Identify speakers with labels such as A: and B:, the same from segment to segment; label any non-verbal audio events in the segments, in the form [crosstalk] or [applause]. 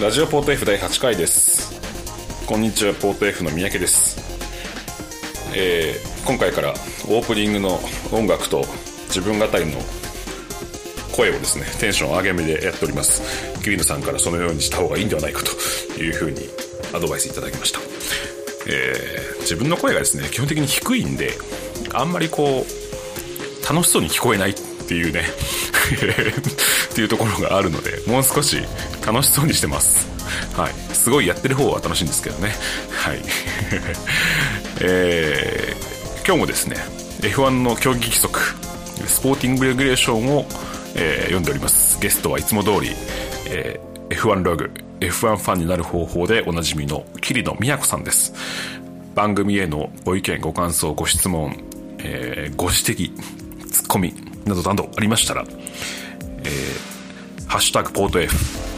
A: ラジオポート F 第8回ですこんにちはポート F の三宅です、えー今回からオープニングの音楽と自分語りの声をですねテンション上げ目でやっておりますキリノさんからそのようにした方がいいんではないかというふうにアドバイスいただきました、えー自分の声がですね基本的に低いんであんまりこう楽しそうに聞こえないっていうね [laughs] っていうところがあるのでもう少し楽しそうにしてますはいすごいやってる方は楽しいんですけどねはい [laughs] えー今日もですね F1 の競技規則スポーティングレギュレーションを、えー読んでおりますゲストはいつも通り、えー F1 ログ F1 ファンになる方法でおなじみの桐野美也子さんです番組へのご意見ご感想ご質問、えーご指摘ツッコミなどなどありましたら「ハッシュタグポート F」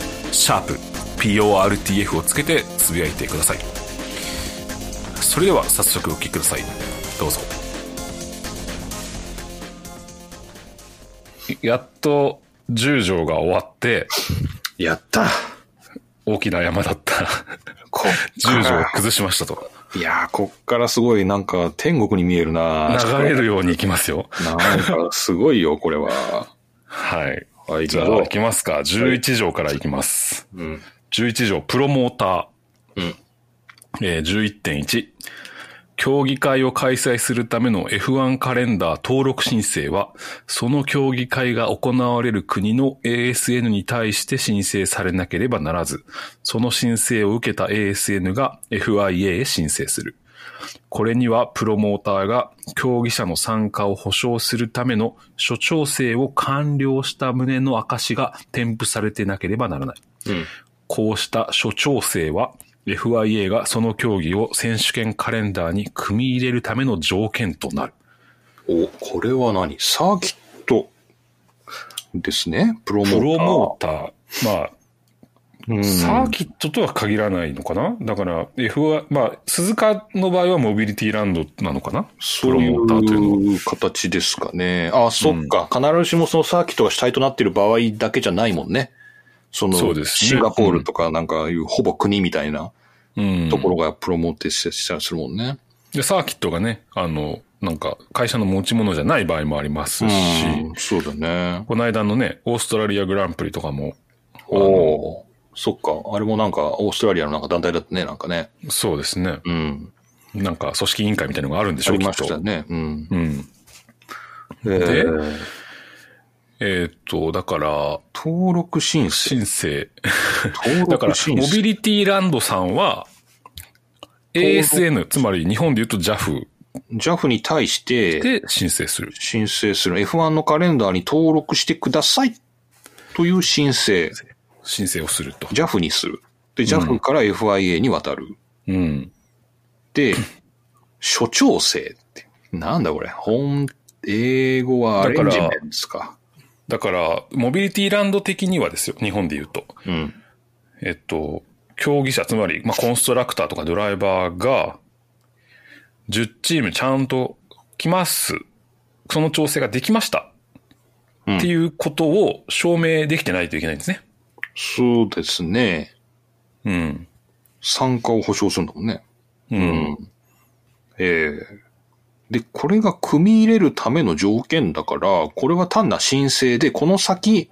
A: 「シャープ #PORTF」をつけてつぶやいてくださいそれでは早速お聞きくださいどうぞやっと10条が終わって
B: やった
A: 大きな山だった [laughs]
B: こっか
A: 10条を
B: ら。
A: 崩しました [laughs] と
B: いやー、こっからすごいなんか天国に見えるな
A: 流れるようにいきますよ
B: なんかすごいよ、これは。
A: はい。
B: はい
A: じゃ
B: どう
A: あ、
B: ぞ
A: いきますか。11条からいきます。
B: うん。
A: 11条、プロモーター。
B: うん
A: えー11.1。競技会を開催するための F1 カレンダー登録申請は、その競技会が行われる国の ASN に対して申請されなければならず、その申請を受けた ASN が FIA へ申請する。これにはプロモーターが競技者の参加を保証するための諸調整を完了した旨の証が添付されてなければならない。
B: うん。
A: こうした諸調整は FIA がその競技を選手権カレンダーに組み入れるための条件となる。
B: お、これは何サーキットですね。プロモー
A: プ
B: ター。
A: ロモーター。まあ、
B: うん
A: サーキットとは限らないのかなだから、F1、まあ、鈴鹿の場合はモビリティランドなのかなプロモーターというの
B: そう
A: は。
B: いう形ですかね。あ、そっか。必ずしもそのサーキットが主体となっている場合だけじゃないもんね。その、
A: そうですね
B: シンガポールとかなんかいう、ほぼ国みたいな
A: うん。
B: ところがプロモーテしたりするもんね。
A: で、サーキットがね、あの、なんか、会社の持ち物じゃない場合もありますし、
B: うんそうだね。
A: この間のね、オーストラリアグランプリとかも、
B: おおー。そっか。あれもなんか、オーストラリアのなんか団体だったね、なんかね。
A: そうですね。
B: うん。
A: なんか、組織委員会みたいなのがあるんでし
B: あ
A: ょう、
B: り
A: き
B: ま
A: っ
B: した
A: と。
B: ね。うん。
A: うん。
B: で、
A: えーっと、だから、
B: 登録申請。
A: 申請。
B: 登
A: だから
B: 録、申
A: モビ
B: 請。
A: リティランドさんは、ASN、つまり日本で言うと JAF
B: JAF に対して
A: で申請する。
B: 申請する F1 のカレンダーに登録してくださいという申請。
A: 申請をすると。
B: JAF にする。で、JAF から FIA に渡る。
A: うん。
B: で、諸調整って。なんだこれ。本、英語はアレンジメントですか。
A: だから、モビリティランド的にはですよ、日本で言うと。
B: うん。
A: えっと、競技者、つまり、まあ、コンストラクターとかドライバーが、10チームちゃんと来ます。その調整ができました。
B: うん
A: っていうことを証明できてないといけないんですね。
B: そうですね。
A: うん。
B: 参加を保証するんだもんね。
A: う。。
B: うんええで、これが組み入れるための条件だから、これは単な申請で、この先、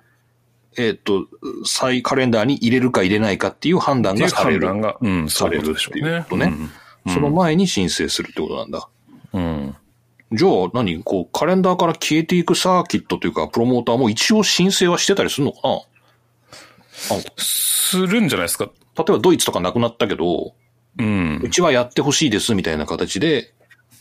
B: えっ、と、再カレンダーに入れるか入れないかっていう判
A: っ
B: 断
A: てい
B: が
A: う
B: され
A: 判
B: る。
A: 断が、うん、
B: される
A: そう
B: って
A: い
B: いう
A: う
B: こ
A: こととでしょう
B: ね
A: ね。
B: その前に申請するってことなんだ。
A: うん。
B: じゃあ何、こう、カレンダーから消えていくサーキットというか、プロモーターも一応申請はしてたりするのかな
A: するんじゃないですか。
B: 例えばドイツとかなくなったけど、
A: うん
B: う。ちはやってほしいですみたいな形で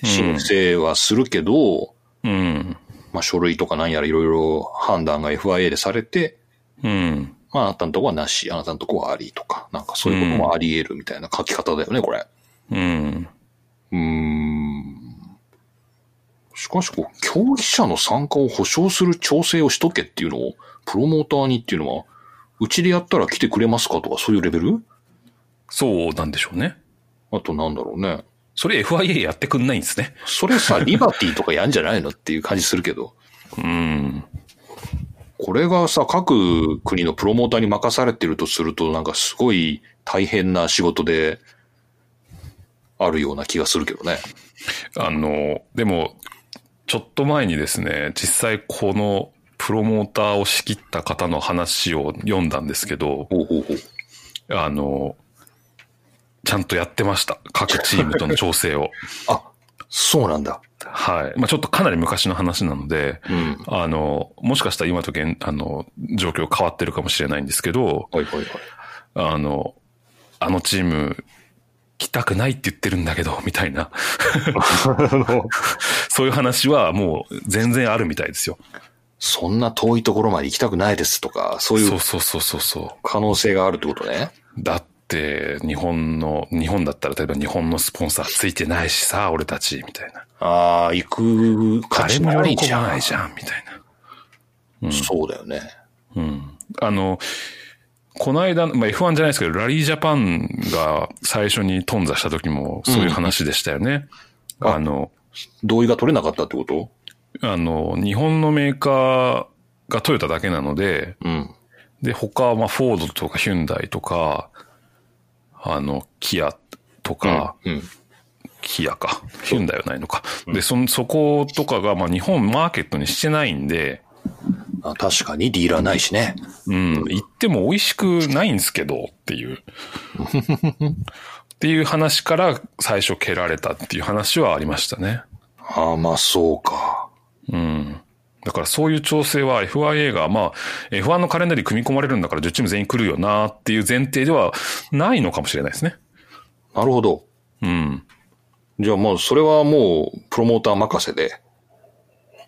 B: 申請はするけど、
A: うん。
B: まあ書類とかなんやらいろいろ判断が FIA でされて、
A: うん。
B: まああなたのとこはなし、あなたのとこはありとか、なんかそういうこともあり得るみたいな書き方だよね、これ。
A: うん。
B: うーん。しかしこう、競技者の参加を保証する調整をしとけっていうのを、プロモーターにっていうのは、うちでやったら来てくれますかとかそういうレベル
A: そうなんでしょうね。
B: あとなんだろうね。
A: それ FIA やってくんないんですね。
B: それさ、リバティとかやんじゃないのっていう感じするけど。
A: うん。
B: これがさ、各国のプロモーターに任されてるとすると、なんかすごい大変な仕事で、あるような気がするけどね。
A: あの、でも、ちょっと前にですね、実際このプロモーターを仕切った方の話を読んだんですけど、
B: ほうほうほう。
A: あの、ちゃんとやってました。各チームとの調整
B: [laughs]
A: を。
B: あ、そうなんだ。
A: はい。まあちょっとかなり昔の話なので、
B: うん。
A: あの、もしかしたら今と現、あの、状況変わってるかもしれないんですけど、
B: はいはいはい。
A: あの、あのチーム、来たくないって言ってるんだけど、みたい
B: [laughs]
A: な。そういう話はもう全然あるみたいですよ。
B: そんな遠いところまで行きたくないですとか、そうい
A: そううそうそうそうそ
B: 可能性があるってことね。
A: う。だって、日本の、日本だったら例えば日本のスポンサーついてないしさ、俺たち、みたいな。
B: ああ、行く価
A: 誰
B: 値
A: も
B: もあり
A: 喜
B: じ
A: ば
B: ゃ。
A: なんいじゃん、みたいな。
B: そうだよね。
A: うん。あの、この間、まあ、F1 じゃないですけど、ラリージャパンが最初に頓挫した時もそういう話でしたよね。
B: うん
A: あの、
B: 同意が取れなかったってこと
A: あの、日本のメーカーがトヨタだけなので、
B: うん。
A: で、他はまあフォードとかヒュンダイとか、あの、キアとか、
B: うん。
A: キアか、ヒュンダイはないのか。で、その、そことかが、まあ日本マーケットにしてないんで、
B: あ確かにディーラーないしね。
A: うん、言っても美味しくないんですけどって
B: [laughs]
A: いう。っていう話から最初蹴られたっていう話はありましたね。
B: ああ、まあそうか。
A: うん。だからそういう調整は FIA が、まあ、F1 のカレンダーに組み込まれるんだから10チーム全員来るよなっていう前提ではないのかもしれないですね。
B: なるほど。
A: うん。
B: じゃあもうそれはもうプロモーター任せで、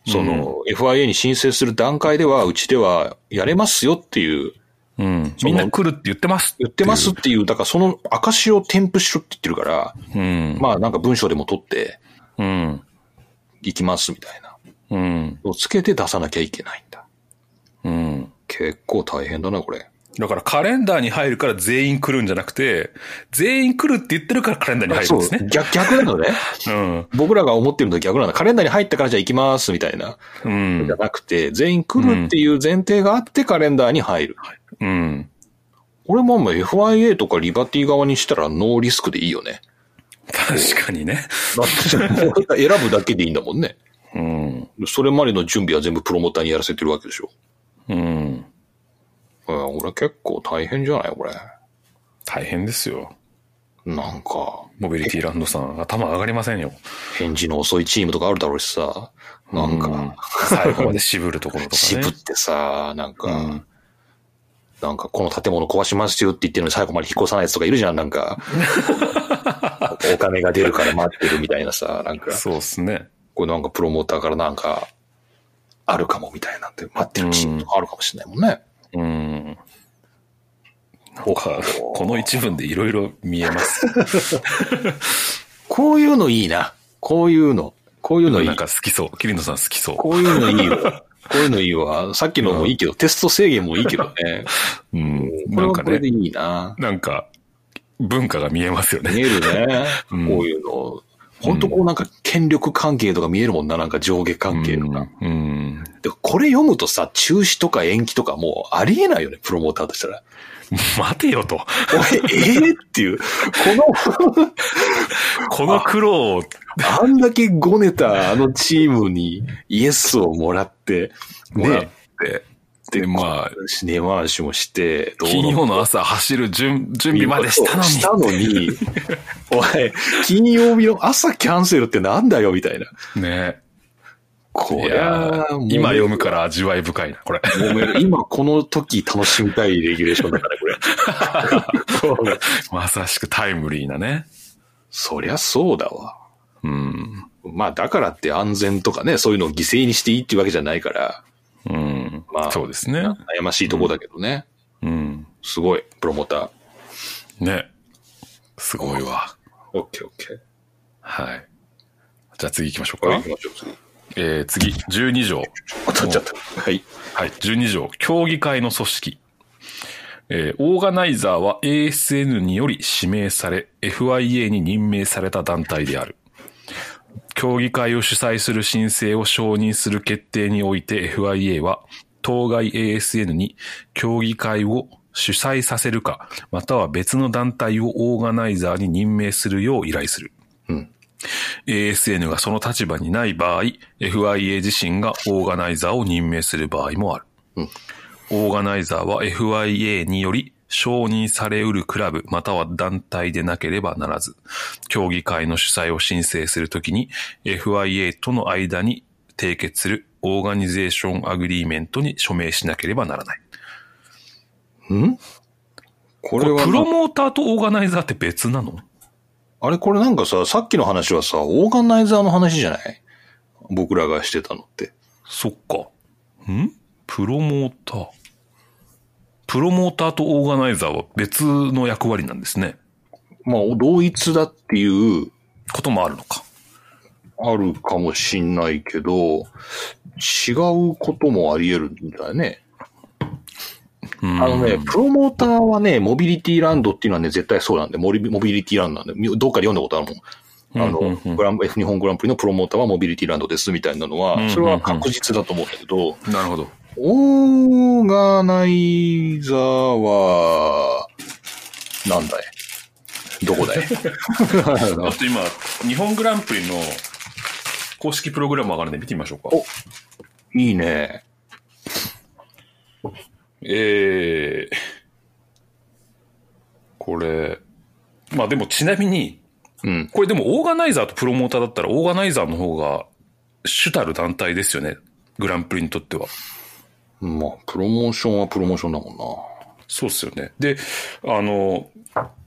B: その FIA に申請する段階ではうちではやれますよっていう、
A: うん。
B: の
A: みんな来るって言ってます
B: 言ってますっていう、だからその証を添付しろって言ってるから、
A: うん。
B: まあなんか文章でも取って
A: うん。
B: いきますみたいな。
A: うん。
B: をつけて出さなきゃいけないんだ。
A: うん。
B: 結構大変だな、これ。
A: だからカレンダーに入るから全員来るんじゃなくて、全員来るって言ってるからカレンダーに入るんですね。
B: 逆、逆なのね。
A: うん。
B: 僕らが思ってるのと逆なんだ。カレンダーに入ったからじゃあ行きます、みたいな。
A: うん
B: じゃ。なくて、全員来るっていう前提があってカレンダーに入る。
A: うん。
B: 俺ももう FIA とかリバティ側にしたらノーリスクでいいよね。
A: 確かにね。
B: だって、もう [laughs] 選ぶだけでいいんだもんね。
A: うん。
B: それまでの準備は全部プロモーターにやらせてるわけでしょ。
A: うん。
B: うん俺結構大変じゃないこれ。
A: 大変ですよ。
B: なんか、
A: モビリティランドさん、頭上がりませんよ。
B: 返事の遅いチームとかあるだろうしさ。なんか、
A: うん最後まで渋るところとか
B: 渋
A: ね
B: っ。てさ、なんか、
A: うん
B: なんかこの建物壊しますよって言ってるのに最後まで引っ越さないやつとかいるじゃん、な
A: [laughs]
B: んか。お金が出るから待ってるみたいなさ、なんか、
A: そうですね。
B: これなんかプロモーターからなんか、あるかもみたいなんで、待ってるチームとかあるかもしれないもんね。
A: うん。なんか、この一文でいろいろ見え
B: [laughs]
A: ます。
B: こういうのいいな。こういうの。こういうのいい
A: なん。か好きそう。キリノさん好きそ
B: こういうのいい [laughs] よ。こういうのいいわ。さっきのもいいけど、テスト制限もいいけどね。
A: う。うん。
B: [laughs] こ
A: な
B: れ
A: ん
B: は
A: か
B: これで
A: ね、
B: いいな。
A: なんか、文化が見えますよね。
B: 見えるね。
A: うん
B: こういうの。本当こうなんか権力関係とか見えるもんな、なんか上下関係とか。
A: うん。
B: でこれ読むとさ、中止とか延期とかもうありえないよね、プロモーターとしたら。
A: 待てよと。
B: 俺、ええっていう。この、
A: この苦労を、
B: あんだけごねたあのチームにイエスをもらって、
A: ね
B: ね、
A: って。
B: で、
A: でまあ、
B: シネ回しもして、どうの
A: 金曜の朝走る準準備までしたのに。
B: したのに、 [laughs] おい、金曜日の朝キャンセルってなんだよ、みたいな。
A: ね
B: こ
A: い
B: り
A: や
B: ゃ、
A: ー
B: もう
A: 今読むから味わい深いな、これ。 [laughs]
B: ごめん今この時楽しみたいレギュレーションだから、
A: [laughs]
B: これ。そう
A: まさしくタイムリーなね。
B: そりゃそうだわ。
A: うん。
B: まあ、だからって安全とかね、そういうのを犠牲にしていいっていうわけじゃないから、
A: うん。
B: まあ
A: そうですね。
B: 悩ましいとこだけどね。
A: うん。
B: すごい、プロモーター。
A: ね。すごいわ。
B: オッケーオッケー。
A: はい。じゃあ次行きましょう
B: はい、
A: か
B: 行。きましょう、次。
A: えー、次、12条。
B: 当たっちゃった。はい。
A: はい、12条、競技会の組織。えーオーガナイザーは ASN により指名され、FIA に任命された団体である。競技会を主催する申請を承認する決定において FIA は、当該 ASN に協議会を主催させるか、または別の団体をオーガナイザーに任命するよう依頼する。
B: うん。
A: ASN がその立場にない場合、FIA 自身がオーガナイザーを任命する場合もある。
B: うん
A: オーガナイザーは FIA により承認されうるクラブまたは団体でなければならず、競技会の主催を申請するときに FIA との間に締結するオーガニゼーションアグリーメントに署名しなければならない。
B: んこ
A: こ
B: れ
A: れ
B: は
A: プ
B: な
A: ロモーターとオーガナイザーって別なの
B: あれこれなんかさ、さっきの話はさ、オーガナイザーの話じゃない僕らがしてたのって。
A: そっか。んプロモーター。プロモーターとオーガナイザーは別の役割なんですね。
B: まあ、同一だっていう、
A: こともあるのか。
B: あるかもしんないけど、違うこともあり得るんだよね。
A: うん
B: あのね、プロモーターはね、モビリティランドっていうのはね、絶対そうなんで、モリモビリティランドなんで、みどっかで読んだことあるもん。あの、
A: うんうんうん
B: グラン日本グランプリのプロモーターはモビリティランドですみたいなの
A: うんうんう
B: は、
A: ん
B: それは確実だと思うんだけど、
A: なるほど。
B: オーガナイザーは、なんだいどこ
A: [laughs]
B: だい
A: あと今、日本グランプリの公式プログラム上がるんで見てみましょうか。
B: おいいね。
A: えー、これ、まあでもちなみに、
B: うん。
A: これでもオーガナイザーとプロモーターだったら、オーガナイザーの方が主たる団体ですよね。グランプリにとっては。
B: まあ、プロモーションはプロモーションだもん
A: そうっすよね。で、あの、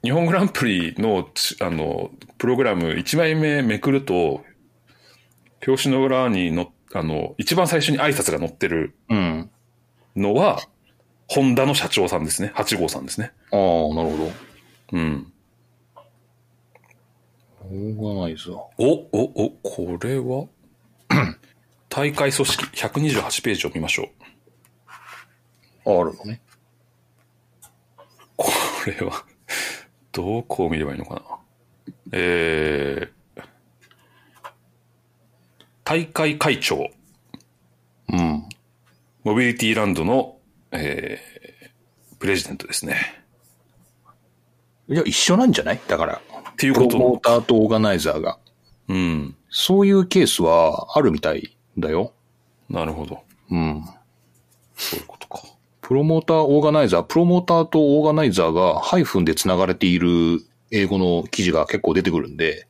A: 日本グランプリの、ちあの、プログラム1枚目めくると、表紙の裏にの、あの、一番最初に挨拶が載ってる
B: な。うん。
A: のは、ホンダの社長さんですね。8号さんですね。
B: ああ、なるほど。
A: うん。
B: オーガナイザー。
A: お、お、お、これは [clears throat] 大会組織128ページを見ましょう。
B: あるのね。
A: これは、どこを見ればいいのかな。えー、大会会長、
B: うん。
A: モビリティランドの、えー、プレジデントですね。
B: いや、一緒なんじゃないだから、
A: っていう
B: プ
A: こ
B: ロ
A: と
B: モー
A: を。
B: ターとオーガナイザーが。
A: うん。
B: そういうケースはあるみたいだよ。
A: なるほど。
B: うん。
A: そういうことか。
B: プロモーター、オーガナイザー、プロモーターとオーガナイザーがハイフンで繋がれている英語の記事が結構出てくるんで、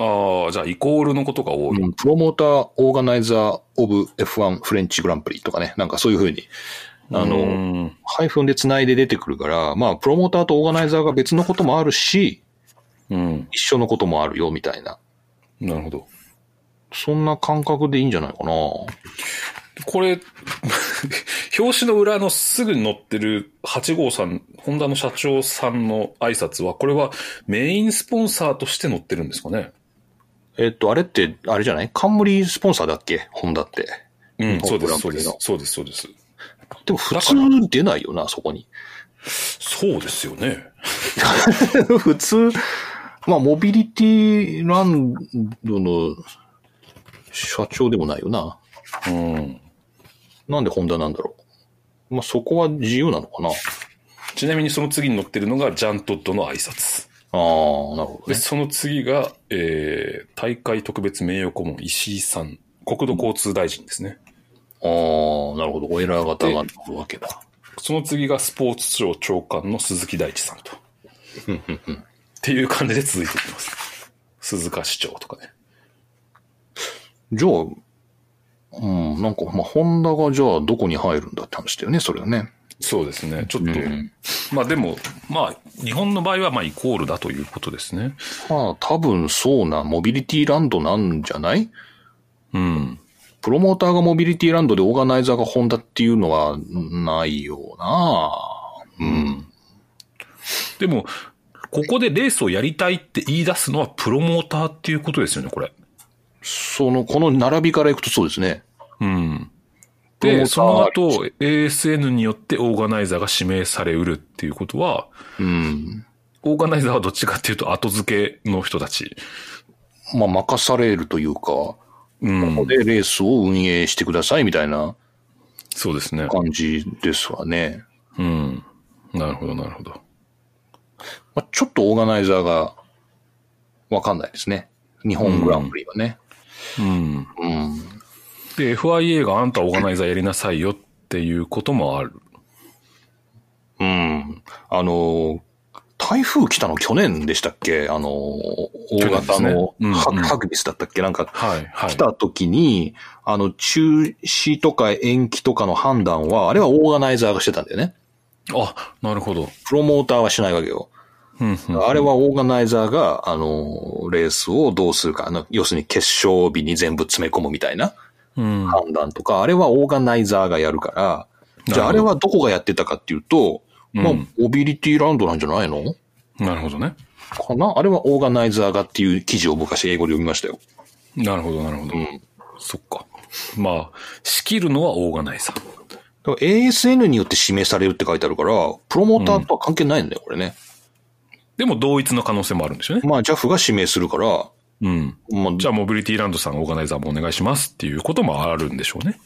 A: ああ、じゃあ、イコールのことが多い。
B: うんプロモーター、オーガナイザー、オブ F1 フレンチグランプリとかね、なんかそういうふうに、あの、
A: うん
B: ハイフンで繋いで出てくるから、まあ、プロモーターとオーガナイザーが別のこともあるし、
A: うん。
B: 一緒のこともあるよ、みたいな。
A: なるほど。
B: そんな感覚でいいんじゃないかな。
A: これ、 [laughs] 表紙の裏のすぐに載ってる8号さん、ホンダの社長さんの挨拶は、これはメインスポンサーとして載ってるんですかね
B: えっと、あれって、あれじゃない冠スポンサーだっけホンダって。
A: うん、
B: 日
A: そ
B: 本
A: うで
B: グ
A: す、
B: ラン
A: そう
B: プ
A: で
B: リ
A: す
B: の。
A: そうです、そうです。
B: でも普通出ないよな、そこに。
A: そうですよね。
B: [laughs] 普通、まあ、モビリティランドの社長でもないよな。
A: うん。
B: なんでホンダなんだろう。まあ、そこは自由なのかな。あ
A: ちなみにその次に載ってるのがジャントッドの挨拶。
B: あー、なるほど
A: で、
B: ね。
A: その次が、えー、大会特別名誉顧問石井さん。国土交通大臣ですね。
B: ああ、なるほど。オイラー型があるわけだ。
A: その次がスポーツ庁長官の鈴木大地さんと。
B: うんうんうん
A: っていう感じで続いていきます。鈴鹿市長とかね。
B: じゃあ、うん、なんか、まあ、ホンダがじゃあどこに入るんだって話だよね、それはね。
A: そうですね。ちょっと、
B: うん
A: まあでも、まあ、日本の場合はまあイコールだということですね。
B: まあ、多分そうな、モビリティランドなんじゃない
A: うん。
B: プロモーターがモビリティランドでオーガナイザーがホンダっていうのはないよなうん。
A: でも、ここでレースをやりたいって言い出すのはプロモーターっていうことですよね、これ。
B: その、この並びからいくとそうですね。
A: うん。
B: プロモ
A: で、
B: ーター
A: その後、ASN によってオーガナイザーが指名されうるっていうことは、
B: うん。
A: オーガナイザーはどっちかっていうと後付けの人たち。
B: まあ、任されるというか、
A: う
B: ここ
A: ん。
B: でレースを運営してくださいみたいな
A: そうですね。
B: 感じですわね。
A: うん。なるほど、なるほど。
B: まあ、ちょっとオーガナイザーがわかんないですね。日本グランプリはね。
A: うん。
B: うん。
A: で、FIA があんたオーガナイザーやりなさいよっていうこともある。
B: うん。あの、台風来たの去年でしたっけあの、大
A: 去年で
B: 型
A: すね
B: の
A: うんうん
B: ハグハグビスだったっけなんか、
A: はい、はい。
B: 来た時に、あの、中止とか延期とかの判断は、あれはオーガナイザーがしてたんだよね。
A: あ、なるほど。
B: プロモーターはしないわけよ。
A: うん、うん。
B: あれはオーガナイザーが、あの、レースをどうするか、あの、要するに決勝日に全部詰め込むみたいな
A: うん。は
B: 判断とか、あれはオーガナイザーがやるから、じゃああ
A: な
B: れ
A: るほど
B: はどこがやってたかっていうと、まあ
A: うん、
B: モビリティランドなんじゃないの
A: なるほどね。
B: かなあれはオーガナイザーがっていう記事を昔英語で読みましたよ。
A: なるほど、なるほど。
B: ん
A: そっか。まあ、仕切るのはオーガナイザー。
B: だから ASN によって指名されるって書いてあるから、プロモーターとは関係ないんだよ、これね。
A: でも同一の可能性もあるんですよね。
B: まあ、JAF が指名するから、
A: うん。
B: まあ、
A: じゃあ、モビリティランドさん、オーガナイザーもお願いしますっていうこともあるんでしょうね。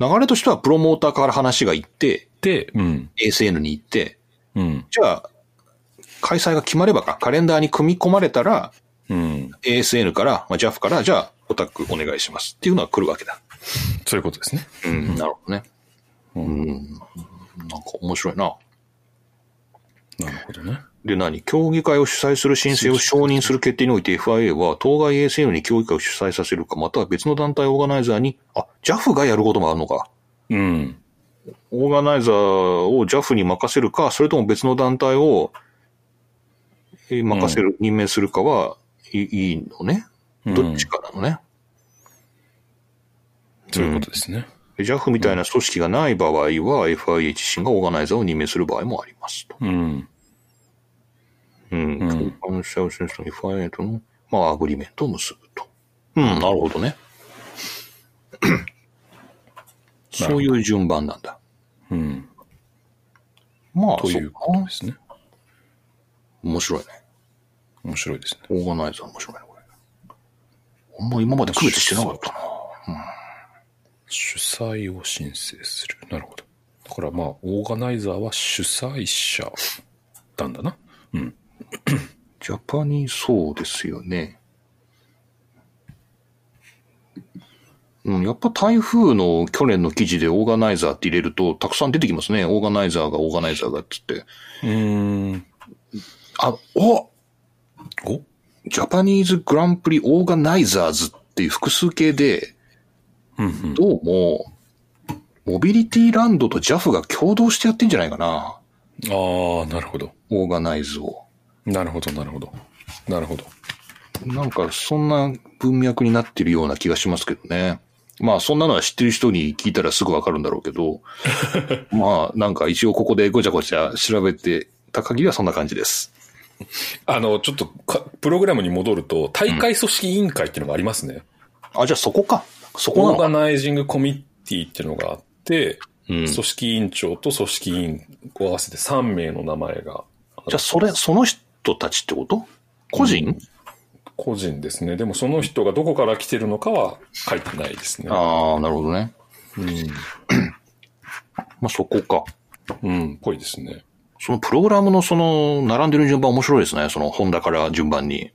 B: 流れとしてはプロモーターから話が行って、
A: で、うん。
B: ASN に行って、
A: うん。
B: じゃあ、開催が決まればか、カレンダーに組み込まれたら、
A: うん。
B: ASN から、まあ、JAF から、じゃあ、オタクお願いしますっていうのは来るわけだ。
A: そういうことですね。
B: うん、なるほどね。うん、なんか面白いな。
A: なるほどね。
B: で何競技会を主催する申請を承認する決定において FIA は当該 ASN に競技会を主催させるか、または別の団体オーガナイザーに、あ、JAF がやることもあるのか。
A: うん。
B: オーガナイザーを JAF に任せるか、それとも別の団体をえー任せる、任命するかはいいいのね。どっちかなのね。
A: そういうことですね。
B: で JAF みたいな組織がない場合は FIA 自身がオーガナイザーを任命する場合もありますと。
A: うん。
B: うん。
A: ん
B: 共感者を示すと FIA との、まあ、アグリメントを結ぶと。うん、なるほどね。そういう順番なんだ。
A: うん。
B: まあ、
A: ということ
B: そう
A: で
B: か
A: すね。
B: 面白いね。
A: 面白いですね。
B: オーガナイザー面白いね、これ。あんま今まで区別してなかったな。
A: 主催を申請する。なるほど。だからまあ、オーガナイザーは主催者なんだな。うん。
B: ジャパニーそうですよね。うん、やっぱ台風の去年の記事でオーガナイザーって入れるとたくさん出てきますね。オーガナイザーがオーガナイザーがっつって。
A: うん。
B: あ、お
A: お
B: ジャパニーズグランプリオーガナイザーズっていう複数形で、
A: うんうん。
B: どうも、モビリティランドと JAF が共同してやってんじゃないかな。
A: ああ、なるほど。
B: オーガナイズを。
A: なるほど、なるほど。なるほど。
B: なんか、そんな文脈になってるような気がしますけどね。まあ、そんなのは知ってる人に聞いたらすぐわかるんだろうけど、 [laughs] まあ、なんか一応ここでごちゃごちゃ調べてた限りはそんな感じです。
A: あの、ちょっとか、プログラムに戻ると、大会組織委員会っていうのがありますね。
B: あ、じゃあそこか。そこな
A: オー
B: の
A: ガ
B: かな。
A: ナイジングコミッティっていうのがあって、
B: うん
A: 組織委員長と組織委員を合わせて3名の名前が、
B: じゃあそれ、その人たちってこと個人、
A: 個人ですね。でもその人がどこから来てるのかは書いてないですね。
B: ああ、なるほどね。
A: うん。
B: まあそこか。
A: うん、ぽいですね。
B: そのプログラムのその、並んでる順番面白いですね。その、ホンダから順番に。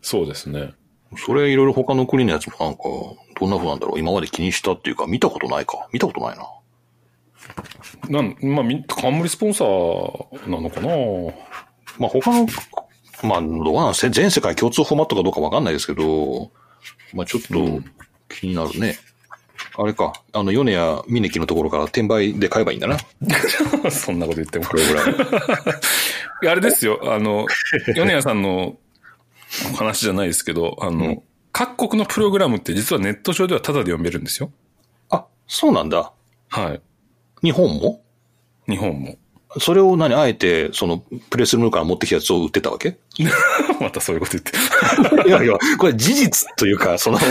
A: そうですね。
B: それいろいろ他の国のやつもなんか、どんな風なんだろう。今まで気にしたっていうか、見たことないか。見たことない
A: な
B: な。
A: ん、まあ、み冠スポンサーなのかな [laughs]
B: まあ、他の、まあ、どうなんせ全世界共通フォーマットかどうかわかんないですけど、まあ、ちょっと気になるね。あれか、あの、米谷峰木のところから転売で買えばいいんだな、
A: そんなこと言っても。
B: プログラ [laughs] ム。
A: いやあれです
B: [laughs]
A: よ、あの、米谷さんのお話じゃないですけど、あの、各国のプログラムって実はネット上ではタダで読めるんですよ。
B: あ、そうなんだ。
A: はい。
B: 日本も
A: 日本も。 [laughs]
B: それを何、あえて、その、プレスルームから持ってきたやつを売ってたわけ
A: またそういうこと言って。
B: いやいや、これ事実というか、その、 [laughs]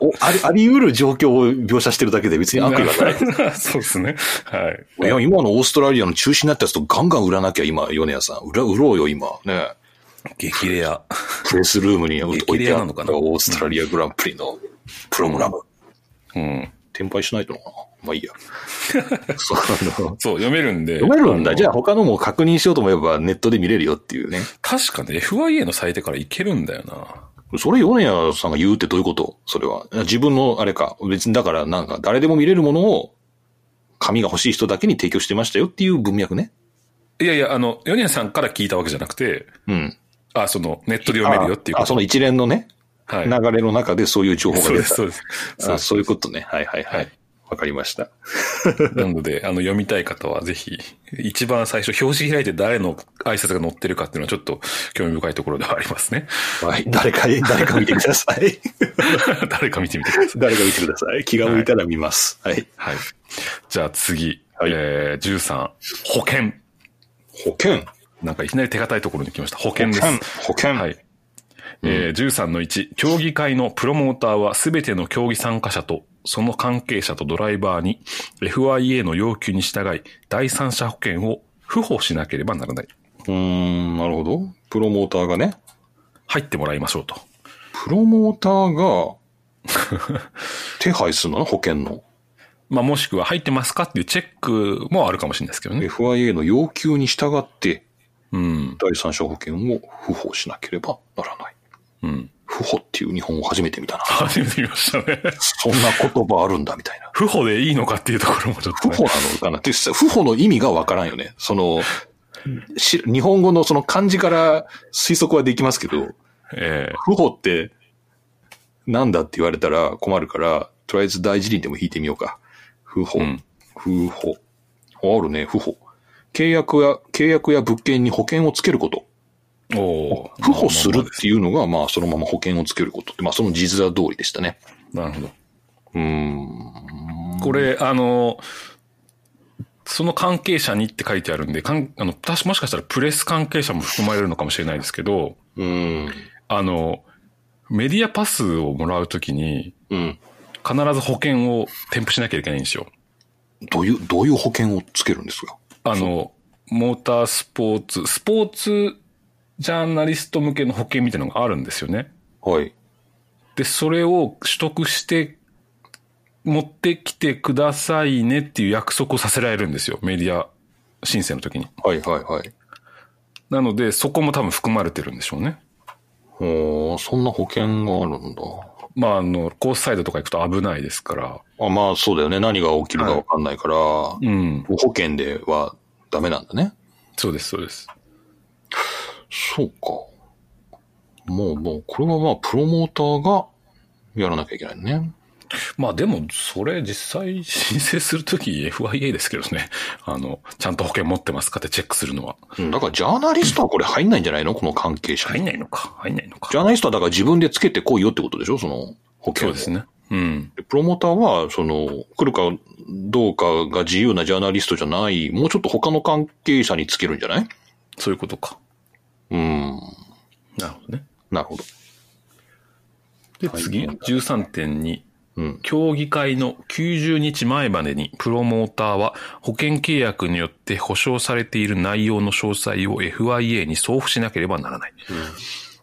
B: おあり、あり得る状況を描写してるだけで別に悪意が
A: [laughs]
B: ない。
A: そうですね。はい。
B: いや、今のオーストラリアの中止になったやつとガンガン売らなきゃ今、米谷さん。売ら、売ろうよ、今。ね。
A: 激レア。
B: プレスルームに置い
A: 激
B: て
A: レア
B: あ
A: な
B: る
A: のかな
B: オーストラリアグランプリのプログラム。
A: うん。
B: 転売しないとな。
A: [laughs]
B: まあいいや。そうあの
A: そう、読めるんで。
B: 読めるんだ。じゃあ
A: あの。
B: 他のも確認しようと思えばネットで見れるよっていうね。
A: 確かね、FIA のサイトからいけるんだよな。
B: それ米谷さんが言うってどういうことそれは。自分のあれか。別にだからなんか誰でも見れるものを紙が欲しい人だけに提供してましたよっていう文脈ね。
A: いやいや、あの、ヨニアさんから聞いたわけじゃなくて、
B: うん。
A: あ、その、ネットで読めるよっていう
B: あ
A: こ
B: あ、そ
A: と。
B: の一連のね、
A: はい。
B: 流れの中でそういう情報が
A: そうで
B: 出た。
A: す、そうです。
B: あ
A: そうです
B: そういうことね。はいはいは
A: はいい。
B: わかりました。
A: なので、あの、読みたい方はぜひ、一番最初、表紙開いて誰の挨拶が載ってるかっていうのはちょっと興味深いところではありますね。 [laughs]
B: はい。誰か、誰か見てください。
A: 誰か見てみてください。
B: 誰か見てください。気が向いたら見ます。はい。
A: はい。じゃあ次、
B: はい
A: えー、13、保険。
B: 保険。
A: なんかいきなり手堅いところに来ました。保険
B: 保
A: です。
B: 険。保険。
A: はい。えー13の1、競技会のプロモーターはすべての競技参加者と、その関係者とドライバーに、FIA の要求に従い、第三者保険を付保しなければならない。
B: うーん、なるほど。プロモーターがね。
A: 入ってもらいましょうと。
B: プロモーターが [laughs] 手配するのかな保険の。
A: まあ、もしくは入ってますかっていうチェックもあるかもしれないですけどね。
B: FIA の要求に従って、
A: うん。
B: 第三者保険を不法しなければならない。
A: うん。
B: 不法っていう日本語初めて見たな。
A: 初めて見ましたね。
B: そんな言葉あるんだみたいな。
A: [laughs] 不保でいいのかっていうところもちょっ
B: [laughs] 不
A: と、ね
B: 法。なのかなって、不法の意味がわからんよね。その、し日本語のその漢字から推測はできますけど、
A: ええ
B: 不法ってなんだって言われたら困るから、とりあえず大辞林でも引いてみようか。不法。
A: うん
B: 不法。あるね、不法。契約や、契約や物件に保険をつけること。
A: おー
B: 不法するっていうのが、まあ、そのまま保険をつけることって、まあ、その実は通りでしたね。
A: なるほど。
B: うーん。
A: これ、あの、その関係者にって書いてあるんで、かんあの、たしもしかしたらプレス関係者も含まれるのかもしれないですけど、
B: うーん。
A: あの、メディアパスをもらうときに、
B: うん。
A: 必ず保険を添付しなきゃいけないんですよ。
B: どういう、どういう保険をつけるんですか
A: あの、モータースポーツ、スポーツジャーナリスト向けの保険みたいなのがあるんですよね。
B: はい。
A: で、それを取得して、持ってきてくださいねっていう約束をさせられるんですよ。メディア申請の時に。
B: はいはいはい。
A: なので、そこも多分含まれてるんでしょうね。
B: おーそんな保険があるんだ。
A: まあ、あの、コースサイドとか行くと危ないですから。
B: あまあ、そうだよね。何が起きるかわかんないから、
A: うん。
B: 保険ではダメなんだね。
A: そうです、そうです。
B: そうか。もうもう、これはまあ、プロモーターがやらなきゃいけないね。
A: まあでも、それ実際申請するとき FIA ですけどね。あの、ちゃんと保険持ってますかってチェックするのは。
B: うん、だから、ジャーナリストはこれ入んないんじゃないのこの関係者に。
A: 入んないのか。入んないの
B: ジ
A: か。
B: ャーナリストはだから自分でつけてこいよってことでしょその保険
A: そ
B: を
A: うですね。うん。
B: でプロモーターは、その、来るかどうかが自由なジャーナリストじゃない、もうちょっと他の関係者につけるんじゃない
A: そういうことか。
B: うん。
A: なるほどね。
B: なるほど。
A: で、
B: はい
A: 次、13.2。
B: うん。
A: 競技会の90日前までにプロモーターは保険契約によって保証されている内容の詳細を FIA に送付しなければならない。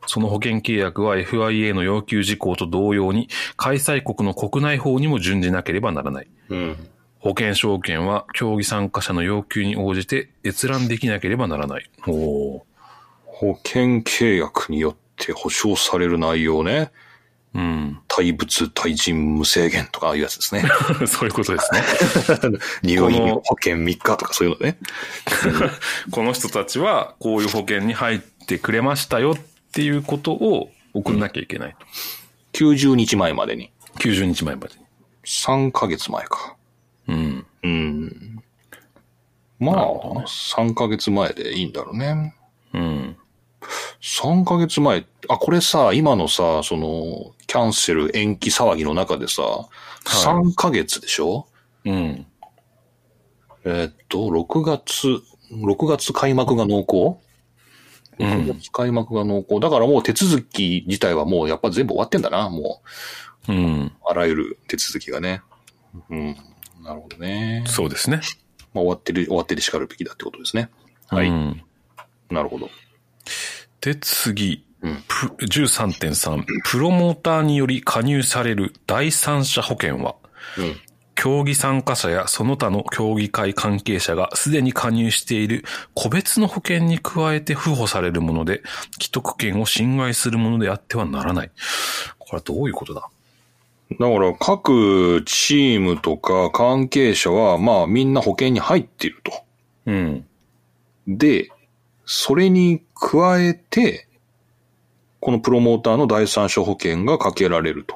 A: その保険契約は FIA の要求事項と同様に開催国の国内法にも準じなければならない。
B: うん。
A: 保険証券は競技参加者の要求に応じて閲覧できなければならない。お
B: 保険契約によって保証される内容ね。
A: うん。 [laughs]
B: 対物、対人無制限とかああいうやつですね。
A: そういうことですね。
B: 匂い
A: この
B: 保険3日とかそういうのね。
A: この人たちはこういう保険に入ってくれましたよっていうことを送んなきゃいけないと。
B: 90日前までに。
A: 90日前までに。
B: 3ヶ月前か。
A: うん。
B: うん。まあ、3ヶ月前でいいんだろうね。
A: うん。
B: 3ヶ月前、あ、これさ、今のさ、その、キャンセル、延期騒ぎの中でさ、3ヶ月でしょ
A: うん。
B: えーっと、6月、6月開幕が濃厚
A: う
B: 6
A: ん。
B: 月開幕が濃厚。だからもう手続き自体はもうやっぱ全部終わってんだな、も
A: うん
B: う。。あらゆる手続きがね。うん。なるほどね。
A: そうですね。
B: まあ終わってる、終わってるしかるべきだってことですね。はい。
A: うん
B: なるほど。
A: で、次。
B: うん
A: プ13.3。プロモーターにより加入される第三者保険は、
B: うん。
A: 競技参加者やその他の競技会関係者がすでに加入している個別の保険に加えて付保されるもので、既得権を侵害するものであってはならない。これはどういうことだ
B: だから各チームとか関係者は、まあみんな保険に入ってると。
A: うん。
B: で、それに加えて、このプロモーターの第三者保険がかけられると。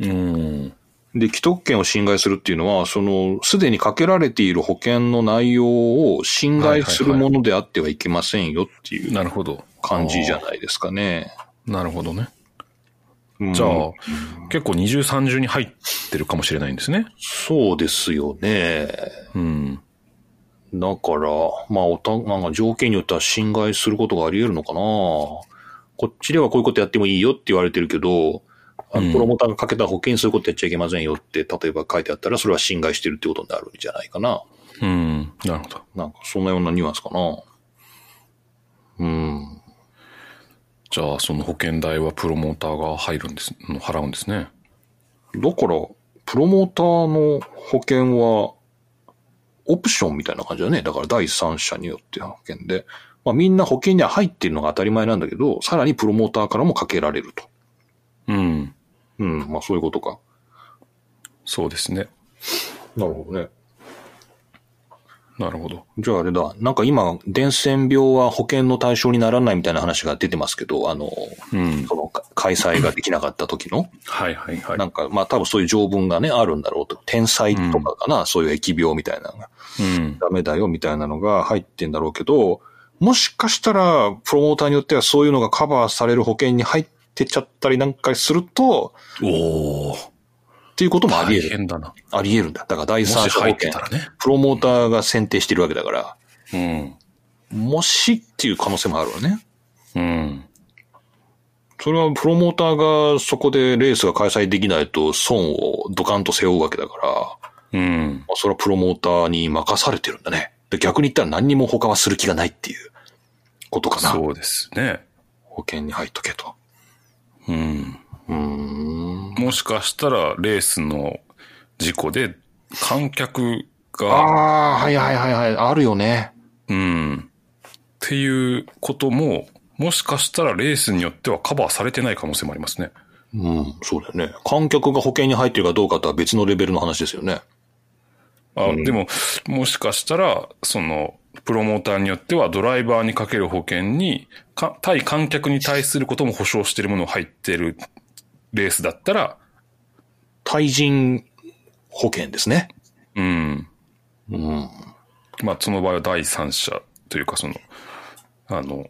A: うん。
B: で、既得権を侵害するっていうのは、その、すでにかけられている保険の内容を侵害するものであってはいけませんよっていう
A: なるほど。
B: 感じじゃないですかね。
A: なるほどね。
B: うん
A: じゃあ、結構二重三重に入ってるかもしれないんですね。
B: そうですよね。
A: うん。
B: だから、まあ、おた、なんか条件によっては侵害することがあり得るのかなこっちではこういうことやってもいいよって言われてるけど、あ
A: うん
B: の、プロモーターがかけた保険にそういうことやっちゃいけませんよって、例えば書いてあったら、それは侵害してるってことになるんじゃないかな。
A: うん。なるほど。
B: なんか、そんなようなニュアンスかなうん。
A: じゃあ、その保険代はプロモーターが入るんです、払うんですね。
B: だから、プロモーターの保険は、オプションみたいな感じだね。だから第三者によって保険で。まあみんな保険には入ってるのが当たり前なんだけど、さらにプロモーターからもかけられると。
A: うん。
B: うん、まあそういうことか。
A: そうですね。
B: なるほどね。
A: なるほど。
B: じゃああれだ、なんか今、伝染病は保険の対象にならないみたいな話が出てますけど、あの、
A: うん。
B: そのか開催ができなかった時の、
A: はいはいはい。
B: なんかまあ多分そういう条文がね、あるんだろうと。天災とかかな、そういう疫病みたいなのが。
A: うん。
B: ダメだよみたいなのが入ってんだろうけど、もしかしたら、プロモーターによってはそういうのがカバーされる保険に入ってちゃったりなんかすると、
A: おお。
B: っていうこともあり
A: 大
B: 得る。
A: 変だな。も
B: あり得るんだ。だから第
A: し
B: 三者保
A: 入って
B: 険。
A: たらね。
B: プロモーターが選定してるわけだから、
A: うん。
B: もしっていう可能性もあるわね。
A: うん。
B: それはプロモーターがそこでレースが開催できないと損をドカンと背負うわけだから、
A: うん。
B: まあ、それはプロモーターに任されてるんだね。で逆に言ったら何にも他はする気がないっていうことかな。
A: そうですね。
B: 保険に入っとけと。
A: うん。
B: うーん。
A: もしかしたら、レースの事故で、観客が、
B: ああー、はいはいはいはい。あるよね。
A: うん。っていうことも、もしかしたらレースによってはカバーされてない可能性もありますね。
B: うん、そうだよね。観客が保険に入ってるかどうかとは別のレベルの話ですよね。
A: あ、
B: うん
A: でも、もしかしたら、その、プロモーターによってはドライバーにかける保険に、か対観客に対することも保証しているものが入ってるレースだったら、
B: 対人保険ですね。
A: うん。
B: うん。
A: まあ、その場合は第三者というか、その、あの、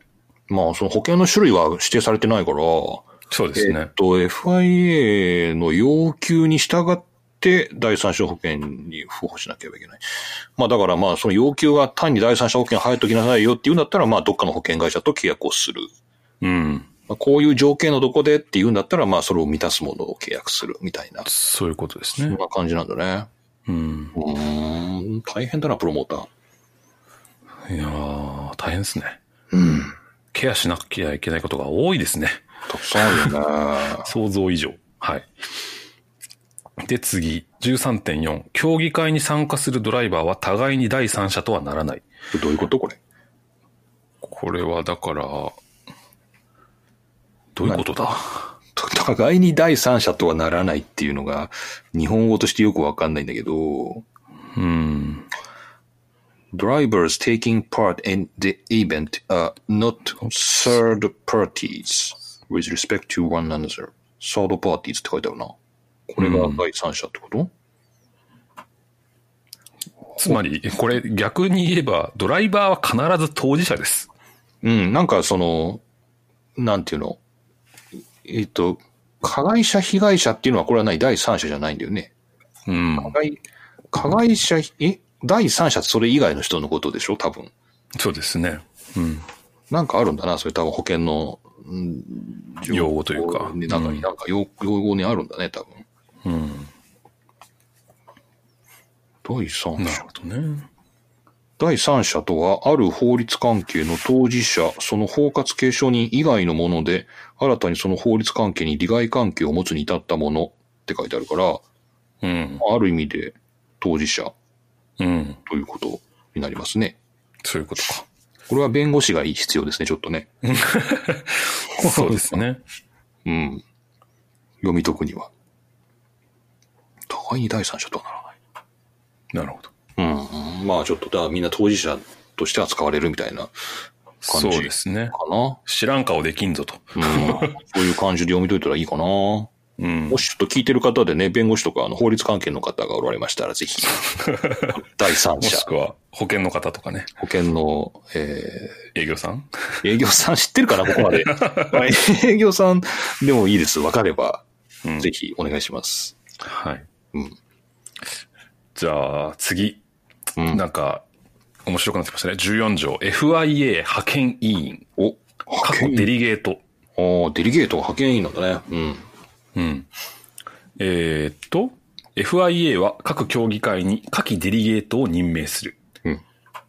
B: まあ、その保険の種類は指定されてないから、
A: そうです
B: え
A: ね
B: っ。と、FIA の要求に従って、第三者保険に付保しなければいけない。まあ、だからまあ、その要求が単に第三者保険入っときなさいよって言うんだったら、まあ、どっかの保険会社と契約をする。
A: うん。
B: まあ、こういう条件のどこでって言うんだったら、まあ、それを満たすものを契約するみたいな、
A: そういうことです
B: そん
A: ね。
B: な感じなんだね。
A: うん。
B: うーん、大変だな、プロモーター。
A: いやー、大変ですね。
B: うん。
A: ケアしなきゃいけないことが多いですね。。
B: たくさんあるよね
A: 想像以上。はい。で、次。13.4。競技会に参加するドライバーは互いに第三者とはならない。
B: どういうことこれ。 [laughs]
A: これはだから、どういうことだ
B: 互いに第三者とはならないっていうのが、日本語としてよくわかんないんだけど、
A: うん。
B: drivers taking part in the event are not third parties with respect to one another. third parties って書いてあるな。これが第三者ってこと、
A: つまり、これ逆に言えば、ドライバーは必ず当事者です。
B: うん、なんかその、なんていうのえっと、加害者、被害者っていうのはこれはない第三者じゃないんだよね。
A: うん。
B: 加害、加害者、え第三者ってそれ以外の人のことでしょ多分。
A: そうですね。うん。
B: なんかあるんだな、それ多分保険の、うん
A: 用語というか
B: になんか、
A: うん
B: なんか用用語にあるんだね、多分。
A: うん。
B: 第三
A: なる
B: 者。
A: ほどね。
B: 第三者とは、ある法律関係の当事者、その包括継承人以外のもので、新たにその法律関係に利害関係を持つに至ったものって書いてあるから、
A: うん。
B: ある意味で、当事者
A: うん。
B: ということになりますね。
A: そういうことか。
B: これは弁護士が必要ですね、ちょっとね。
A: そうですね。
B: うん。読み解くには。互いに第三者とはならない。
A: なるほど。
B: うん、まあちょっと、だからみんな当事者として扱われるみたいな感じ
A: そうですね。
B: かな。
A: 知らん顔できんぞと。
B: うん、そういう感じで読み解いたらいいかな。も
A: うん。
B: しちょっと聞いてる方でね、弁護士とかあの法律関係の方がおられましたら、ぜ [laughs] ひ、第三
A: も
B: 者
A: し、くは、保険の方とかね。
B: 保険の、え
A: 営業さん
B: ー営業さん知ってるかな、ここま [laughs] で。まあ営業さんでもいいです。わかれば、
A: うん
B: ぜひお願いします。
A: はい。
B: うん。
A: じゃあ、次。
B: うん
A: なんか、面白くなってきましたね。14条。FIA 派遣委員。
B: お、
A: 過
B: 派
A: 去
B: 遣
A: デリゲート。
B: おーデリゲートが派遣委員なんだね。うん。
A: うん。えーっと、FIA は各競技会に下記デリゲートを任命する。
B: うん。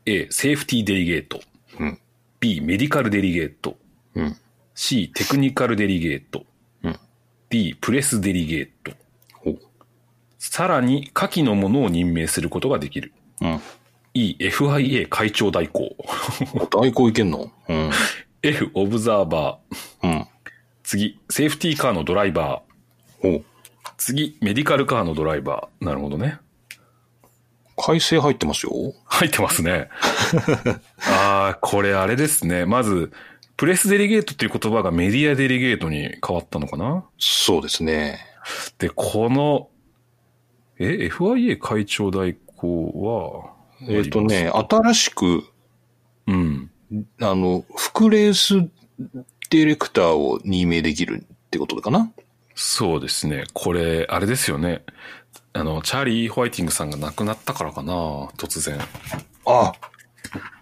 A: A、セーフティーデリゲート。
B: うん。
A: B、メディカルデリゲート。
B: うん。
A: C、テクニカルデリゲート。
B: うん。
A: D、プレスデリゲート。
B: おう
A: さらに、下記のものを任命することができる。
B: うん。
A: E、FIA 会長代行。
B: 代行いけんのうん。
A: F、オブザーバー。
B: うん。
A: 次、セーフティーカーのドライバ
B: おう
A: ー。次、メディカルカーのドライバー。なるほどね。
B: 改正入ってますよ。
A: 入ってます
B: [laughs]
A: ね。ああ、これあれですね。まず、プレスデリゲートっていう言葉がメディアデリゲートに変わったのかな
B: そうですね。
A: で、この、え、FIA 会長代行は、
B: えっ、とね、新しく、
A: うん。
B: あの、副レースディレクターを任命できるってことかな
A: そうですね。これ、あれですよね。あの、チャーリー・ホワイティングさんが亡くなったからかな突然。
B: あ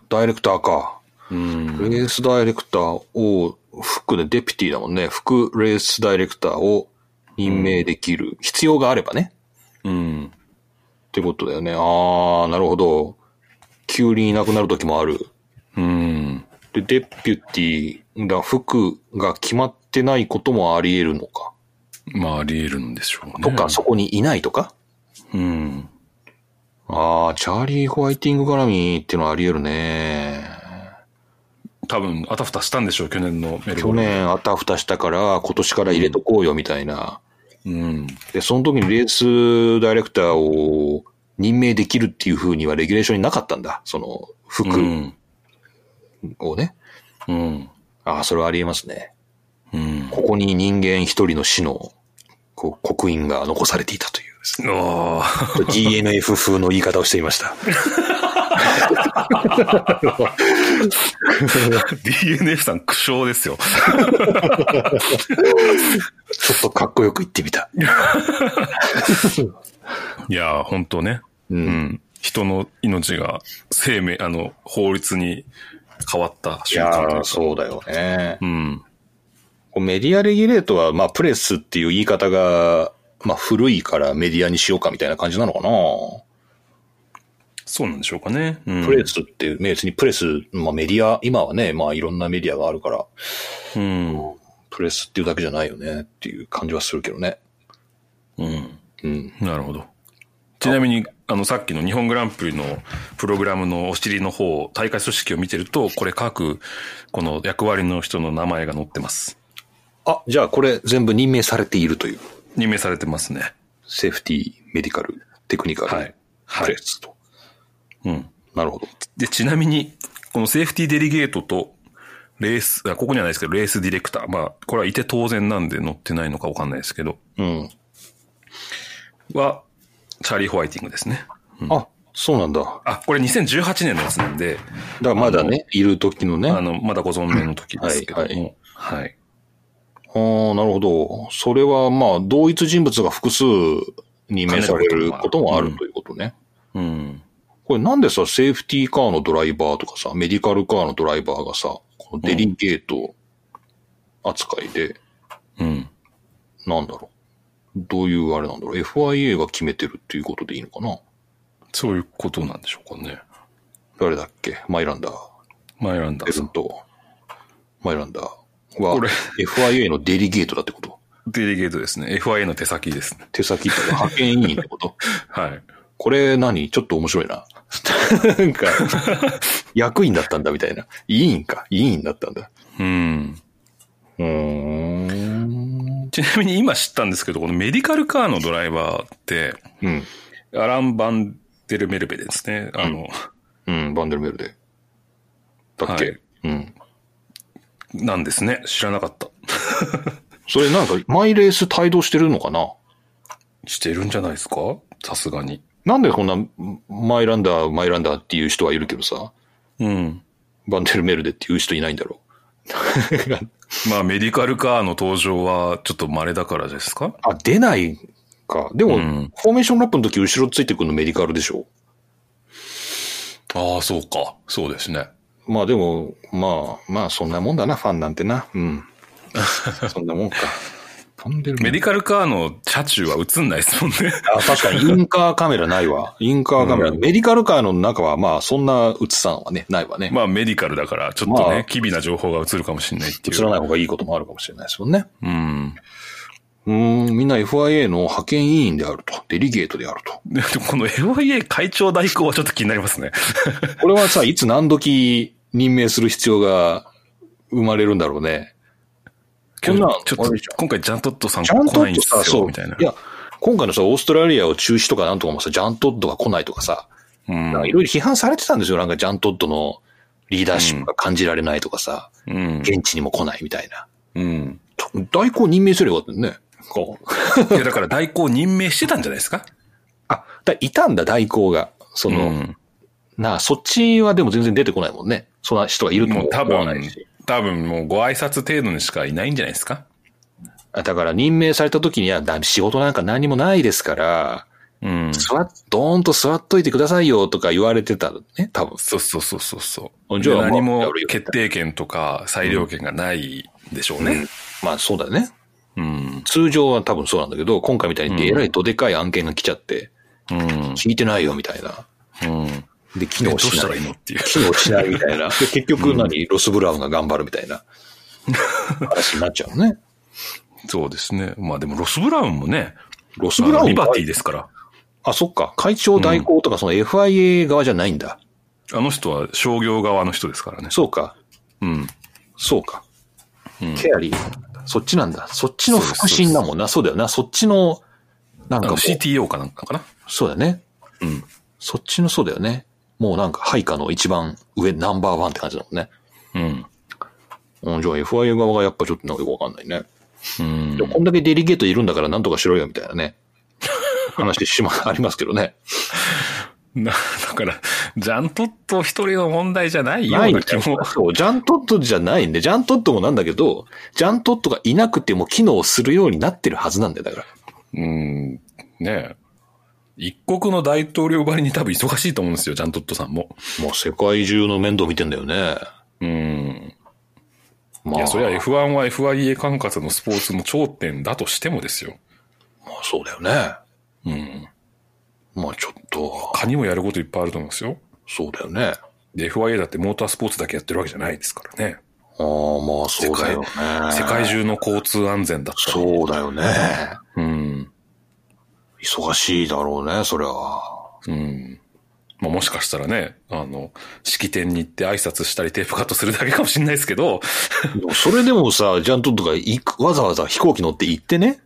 B: ダイレクターか。
A: うん。
B: レースダイレクターを、副でデピティだもんね。副レースダイレクターを任命できる。必要があればね。
A: うん。
B: ってことだよね。あー、なるほど。急にいなくなる時もある。
A: うん。
B: で、デピュティだ、服が決まってないこともあり得るのか。
A: まあ、あり得るんでしょうね。
B: とか、そこにいないとか。
A: うん。
B: ああ、チャーリー・ホワイティング絡みっていうのはあり得るね。
A: 多分、あたふたしたんでしょう、去年のメル
B: 去
A: ボルン。
B: 年あたふたしたから今年から入れとこうよみたいな。
A: うん。
B: で、その時にレースダイレクターを任命できるっていう風にはレギュレーションになかったんだ。その
A: う
B: 服
A: ん。
B: をね。
A: うん。
B: ああ、それはあり得ますね。
A: うん。
B: ここに人間一人の死のこう刻印が残されていたというですね。
A: ああ、 [laughs]
B: [laughs] DNF 風の言い方をしていました。
A: DNF さん苦笑ですよ。
B: ちょっとかっこよく言ってみた。
A: いやー、本当ね。
B: う。
A: うんん。人の命が生命、あの、法律に変わった
B: い
A: 瞬
B: や
A: 間という
B: ー
A: か
B: そうだよね。
A: うん。
B: こうメディアレギュレートは、まあ、プレスっていう言い方が、まあ、古いからメディアにしようかみたいな感じなのかな、
A: そうなんでしょうかね。うん。
B: プレスっていう、別にプレス、まあ、メディア、今はね、まあ、いろんなメディアがあるから、
A: うん。
B: プレスっていうだけじゃないよねっていう感じはするけどね。
A: うん。
B: うん。
A: なるほど。ちなみに、あの、さっきの日本グランプリのプログラムのお尻の方、大会組織を見てると、これ各、この役割の人の名前が載ってます。
B: あ、じゃあこれ全部任命されているという。
A: 任命されてますね。
B: セーフティー、メディカル、テクニカル、
A: はい
B: プレスと。
A: うん。
B: なるほど。
A: で、ちなみに、このセーフティーデリゲートと、レース、あここにはないですけど、レースディレクター。まあ、これはいて当然なんで載ってないのかわかんないですけど、
B: うん。
A: は、チャーリー・ホワイティングですね。
B: あ、そうなんだ。だか
A: あ、これ2018年のやつなんで、
B: らまだね、いる時のね。
A: あ
B: あ
A: の、まだご存命の時ですけども、はい、
B: あー、なるほど。それはまあ、同一人物が複数任命されることもあるということね。
A: うん。
B: これなんでさ、セーフティーカーのドライバーとかさ、メディカルカーのドライバーがさ、このデリゲート扱いで、
A: うん。
B: なんだろう。どういうあれなんだろう。FIA が決めてるっていうことでいいのかな
A: そういうことなんでしょうかね。
B: 誰だっけマイランダー。
A: マイランダー
B: エブ
A: さ
B: ン
A: ん。
B: と、マイランダー
A: これ
B: は、FIA のデリゲートだってこと
A: デリゲートですね。FIA の手先ですね。 [laughs]
B: 手先っていうか派遣委員ってこと
A: はい。
B: これ何ちょっと面白いな。 [laughs] なんか、役員だったんだみたいな。委員か。委員だったんだ。
A: うん。
B: うーん。
A: ちなみに今知ったんですけど、このメディカルカーのドライバーって、
B: うん。
A: アラン・バンデルメルベですね。あの、
B: うん、バンデルメルで。だっ
A: は
B: け、
A: い
B: うん。
A: なんですね。知らなかった。
B: それなんか、マイレース帯同してるのかな
A: してるんじゃないですかさすがに。
B: なんでこんな、マイランダー、マイランダーっていう人はいるけどさ、
A: うん。
B: バンデルメルデっていう人いないんだろう。 [laughs]
A: まあ、メディカルカーの登場はちょっと稀だからですか
B: あ、出ないか。でも、
A: うん
B: フォーメーションラップの時後ろついてくるのメディカルでしょ。
A: ああ、そうか。そうですね。
B: まあでも、まあ、まあそんなもんだな、ファンなんてな。
A: [laughs]
B: うん。そんなもんか。バンデル
A: メ
B: メ
A: デ
B: ル
A: ィカルカーの車中は映んないですもんね。
B: あ、確かにインカーカメラないわ。インカーカメラ。
A: うん
B: メディカルカーの中はまあそんな映さんはね、ないわね。
A: まあ、メディカルだから、ちょっと
B: まあ
A: ね、機微な情報が映るかもしれないっていう。
B: 映らない方がいいこともあるかもしれないですもんね。
A: うん。
B: うーん、みんな FIA の派遣委員であると。デリゲートであると。
A: ででもこの FIA 会長代行はちょっと気になりますね。
B: これはさ、いつ何時任命する必要が生まれるんだろうね。こんな
A: ち
B: ん
A: ょっ
B: あ
A: と
B: れじゃん、
A: 今回ジャントットさん
B: ジ
A: 来
B: ャント
A: ないん
B: ッ
A: で
B: ドさ、
A: す
B: そ
A: よ、
B: う。
A: みたいな。
B: や、今回のさ、オーストラリアを中止とかなんとかもさ、ジャントッドが来ないとかさ、
A: う
B: なんかいろいろ批判されてたんですよ。なんかジャントッドのリーダーシップが感じられないとかさ、
A: ん。
B: 現地にも来ないみたいな。
A: うん。
B: と代行任命すればよかったよね。こう。
A: いや、だから代行任命してたんじゃないですか
B: あ、だいたんだ、代行が。 [laughs] その、
A: うん
B: なあ、そっちはでも全然出てこないもんね。そんな人がいると
A: も
B: も
A: う多
B: 思わな
A: 分
B: いし。、
A: 多分もうご挨拶程度にしかいないんじゃないですか
B: あだから任命された時には、だ仕事なんか何もないですから、
A: うん。
B: 座っ、どーんと座っといてくださいよとか言われてたね、多分。
A: そうそうそうそうそう。
B: あじゃあ
A: で何
B: まあや
A: も
B: るよ
A: 決定権とか裁量権がないでしょうね。
B: まあそうだよね。
A: うん。
B: 通常は多分そうなんだけど、今回みたいにえらいどでかい案件が来ちゃって、
A: うん。うん。
B: 聞いてないよみたいな。で、機
A: でど
B: 能
A: うし
B: したな
A: らい
B: い
A: い。のっていう。
B: 機能しないみたい [laughs] な。で、結局何、ロス・ブラウンが頑張るみたい [laughs] な話になっちゃうね。
A: そうですね。まあでもロス・ブラウンもね、
B: ロス・ブラ
A: あの
B: ウ
A: リ
B: ン
A: バ
B: は
A: ティですから。
B: あ、そっか。会長代行とかその FIA 側じゃないんだ。
A: あの人は商業側の人ですからね。
B: そうか。
A: うん。
B: そうか。
A: うん
B: ケアリー。そっちなんだ。そっちの腹心だもんな。そうだよな。そっちの、なん
A: あ
B: かも
A: の
B: う、
A: CTO かなんかかな。
B: そうだよね。
A: うん。
B: そっちのそうだよね。もうなんか配下の一番上、ナンバーワンって感じだもんね。
A: うん。
B: うん、じゃあ FIA 側がやっぱちょっとなんかよくわかんないね。
A: うん
B: でもこんだけデリゲートいるんだからなんとかしろよみたい
A: [laughs]
B: なね。話しま、ありますけどね。
A: な、 [laughs] だから、ジャントット一人の問題じゃないよ
B: な
A: う
B: い
A: な気も。
B: そう、ジャントットじゃないんで、ジャントットもなんだけど、ジャントットがいなくても機能するようになってるはずなんだよ、だから。
A: うん、ねえ。一国の大統領ばりに多分忙しいと思うんですよ、ジャントットさんも。
B: もう世界中の面倒見てんだよね。
A: うん。
B: ま
A: い
B: あ、
A: や、そりゃ F1 は FIA 管轄のスポーツの頂点だとしてもですよ。
B: まあそうだよね。
A: うん。
B: まあちょっと、
A: 他にもやることいっぱいあると思うんですよ。
B: そうだよね。
A: で、FIA だってモータースポーツだけやってるわけじゃないですからね。
B: ああ、まあそうだよね。
A: 世界中の交通安全だったり。
B: そうだよね。
A: うん。
B: 忙しいだろうね、そりゃ。あ
A: うん。まあ、もしかしたらね、あの、式典に行って挨拶したりテープカットするだけかもしれないですけど、
B: でもそれでもさ、ジャントとか行く、わざわざ飛行機乗って行ってね、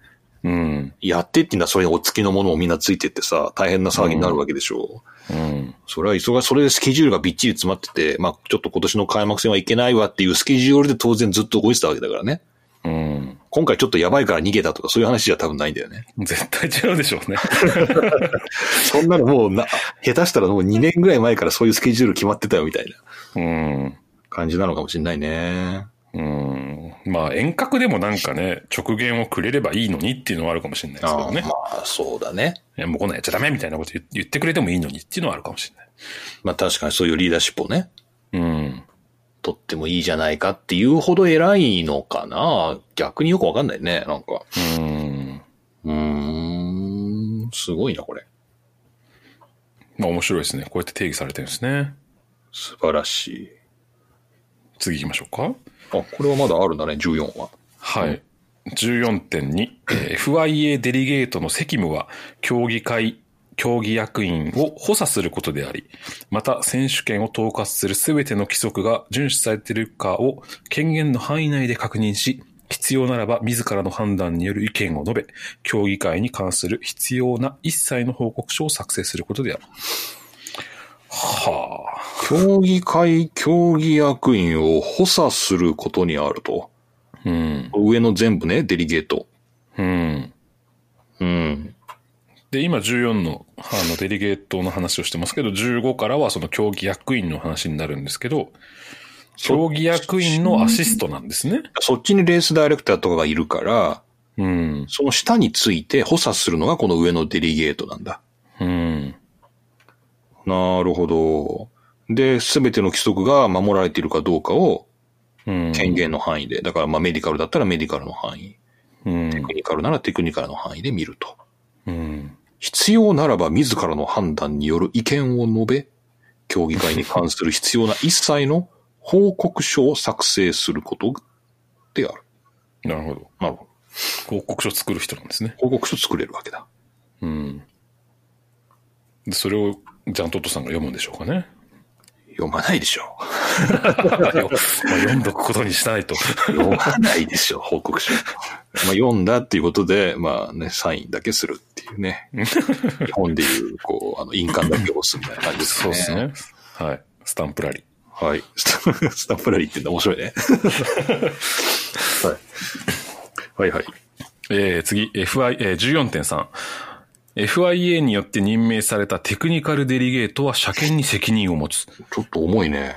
A: うん。
B: やってっていうのはそれにお付きのものをみんなついてってさ、大変な騒ぎになるわけでしょう。
A: うん。
B: それは忙しい、それでスケジュールがびっちり詰まってて、まあちょっと今年の開幕戦はいけないわっていうスケジュールで当然ずっと動いてたわけだからね。
A: うん。
B: 今回ちょっとやばいから逃げたとかそういう話じゃ多分ないんだよね。
A: 絶対違うでしょうね。 [laughs]
B: そんなのもうな、下手したらもう2年ぐらい前からそういうスケジュール決まってたよみたいな
A: うん。
B: 感じなのかもしれないね。
A: うん。まあ、遠隔でもなんかね、直言をくれればいいのにっていうのはあるかもしれないですけどね。
B: まあそうだね。
A: いやもうこんなんやっちゃダメみたいなこと言言ってくれてもいいのにっていうのはあるかもし
B: まあ確かにそういうリーダーシップをね、
A: れない。うん。
B: 取ってもいいじゃないかっていうほど偉いのかな。逆によくわかんないね、なんか。
A: うん。
B: うーん、すごいな、これ。
A: まあ、面白いですね。こうやって定義されてるんですね。
B: 素晴らしい。
A: 次行きましょうか。
B: あ、これはまだあるんだね、14は。
A: はい。14.2、えー FIA デリゲートの責務は、競技会競技役員を補佐することであり、また選手権を統括するすべての規則が遵守されているかを権限の範囲内で確認し、必要ならば自らの判断による意見を述べ、競技会に関する必要な一切の報告書を作成することである。はあ。
B: 競技会競技役員を補佐することにあると。
A: うん。
B: 上の全部ね、デリゲート。
A: うん。
B: うん。
A: で、今14の、あの、デリゲートの話をしてますけど、15からはその競技役員の話になるんですけど、競技役員のアシストなんですね。
B: そっちにレースダイレクターとかがいるから、
A: うん。
B: その下について補佐するのがこの上のデリゲートなんだ。
A: うん。
B: なるほど。で、すべての規則が守られているかどうかを
A: うん。
B: 権限の範囲で、だからまあメディカルだったらメディカルの範囲、
A: うん
B: テ。クニカルならテクニカルの範囲で見ると。
A: うん。
B: 必要ならば自らの判断による意見を述べ、競技会に関する必要な一切の報告書を作成することである。
A: なるほど。
B: なるほど。
A: 報告書作る人なんですね。
B: 報告書作れるわけだ。
A: うん。で、それを、ジャントットさんが読むんでしょうかね。 [laughs]
B: 読まないでしょ。
A: まあ読んどくことにしたいと。
B: 読まないでしょ、報告書。まあ、読んだっていうことで、まあね、サインだけするっていうね。日本でいう、こう、あの、印鑑だけ押すみたいな感じです
A: そう
B: ね。
A: です。ね。はい。スタンプラリー。
B: はい。スタ [laughs] スタンプラリーってんだ、面白いね。はい。はいはい。
A: えー次、FI、えー、14.3。FIA によって任命されたテクニカルデリゲートは車検に責任を持つ。
B: ちょっと重いね。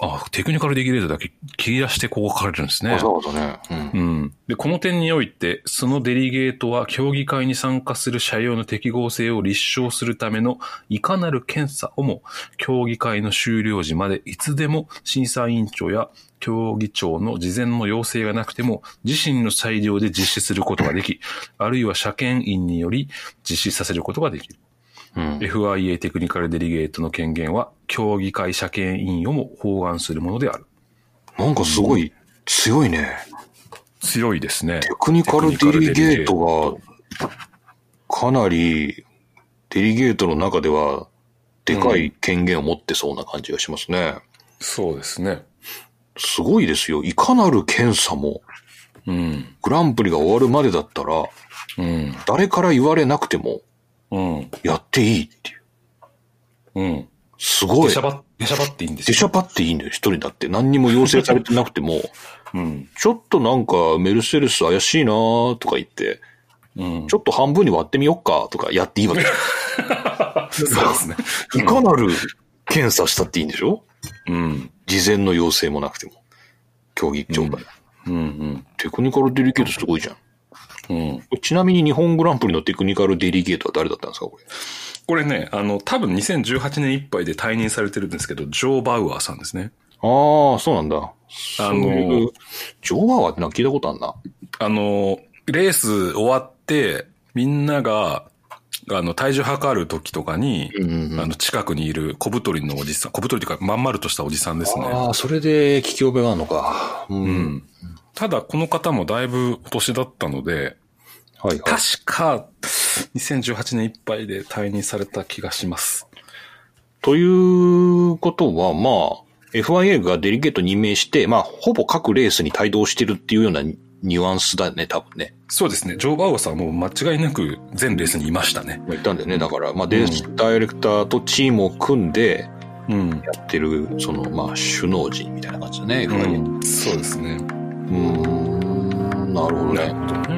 A: あ、テクニカルデリゲートだけ切り出してここ書かれるんですね。
B: わざわざね。うん
A: うん。で、この点において、そのデリゲートは競技会に参加する車両の適合性を立証するためのいかなる検査をも、競技会の終了時までいつでも審査委員長や競技長の事前の要請がなくても、自身の裁量で実施することができ、あるいは車検員により実施させることができる。
B: うん。
A: FIA テクニカルデリゲートの権限は、競技会車検委員をも包含するものである。
B: なんかすごい強いね。
A: 強いですね。
B: テクニカルデリゲートが、かなり、デリゲートの中では、でかい権限を持ってそうな感じがしますね。
A: そうですね。
B: すごいですよ。いかなる検査も、
A: うん。
B: グランプリが終わるまでだったら、
A: うん。
B: 誰から言われなくても、
A: うん。
B: やっていいっていう。
A: うん。
B: すご
A: 出
B: い
A: しゃ。ば、出しゃばっていいんです
B: 出
A: よ。
B: しゃばっていいんだよ、一人だって。何にも要請されてなくて
A: [laughs]
B: も、
A: うん。
B: ちょっとなんかメルセデス怪しいなーとか言って、
A: うん。
B: ちょっと半分に割ってみよっかとかやっていいわけ。
A: そうですね。
B: いかなる検査したっていいんでしょ
A: うん。
B: 事前の要請もなくても。競技場から。
A: うん。
B: テクニカルデリゲートすごいじゃん。
A: うん。うん。
B: ちなみに日本グランプリのテクニカルデリゲートは誰だったんですかこれ。
A: これね、あの、多分2018年いっぱいで退任されてるんですけど、ジョー・バウアーさんですね。
B: ああ、そうなんだ。あの、ジョーバーはなんか聞いたことあんな。
A: あの、レース終わって、みんなが、あの、体重測る時とかに、
B: うんうんうん
A: あの、近くにいる小太りのおじさん、小太りというか、まん丸としたおじさんですね。
B: ああ、それで聞き覚えがあるのか。うん。
A: うん。ただ、この方もだいぶお年だったので、
B: はいはい。
A: 確か、2018年いっぱいで退任された気がします。
B: ということは、まあ、FIA がデリゲート任命して、まあ、ほぼ各レースに帯同してるっていうようなニュアンスだね、多分ね。
A: そうですね。ジョー・バウアさんはもう間違いなく全レースにいましたね。
B: まあ言ったんだよね。だから、まあ、デーダイレクターとチームを組んで、
A: うん。
B: やってる、その、まあ、首脳陣みたいな感じだね、FIA。
A: そうですね。
B: うーん、なるほど
A: なる
B: ね。
A: ほどね。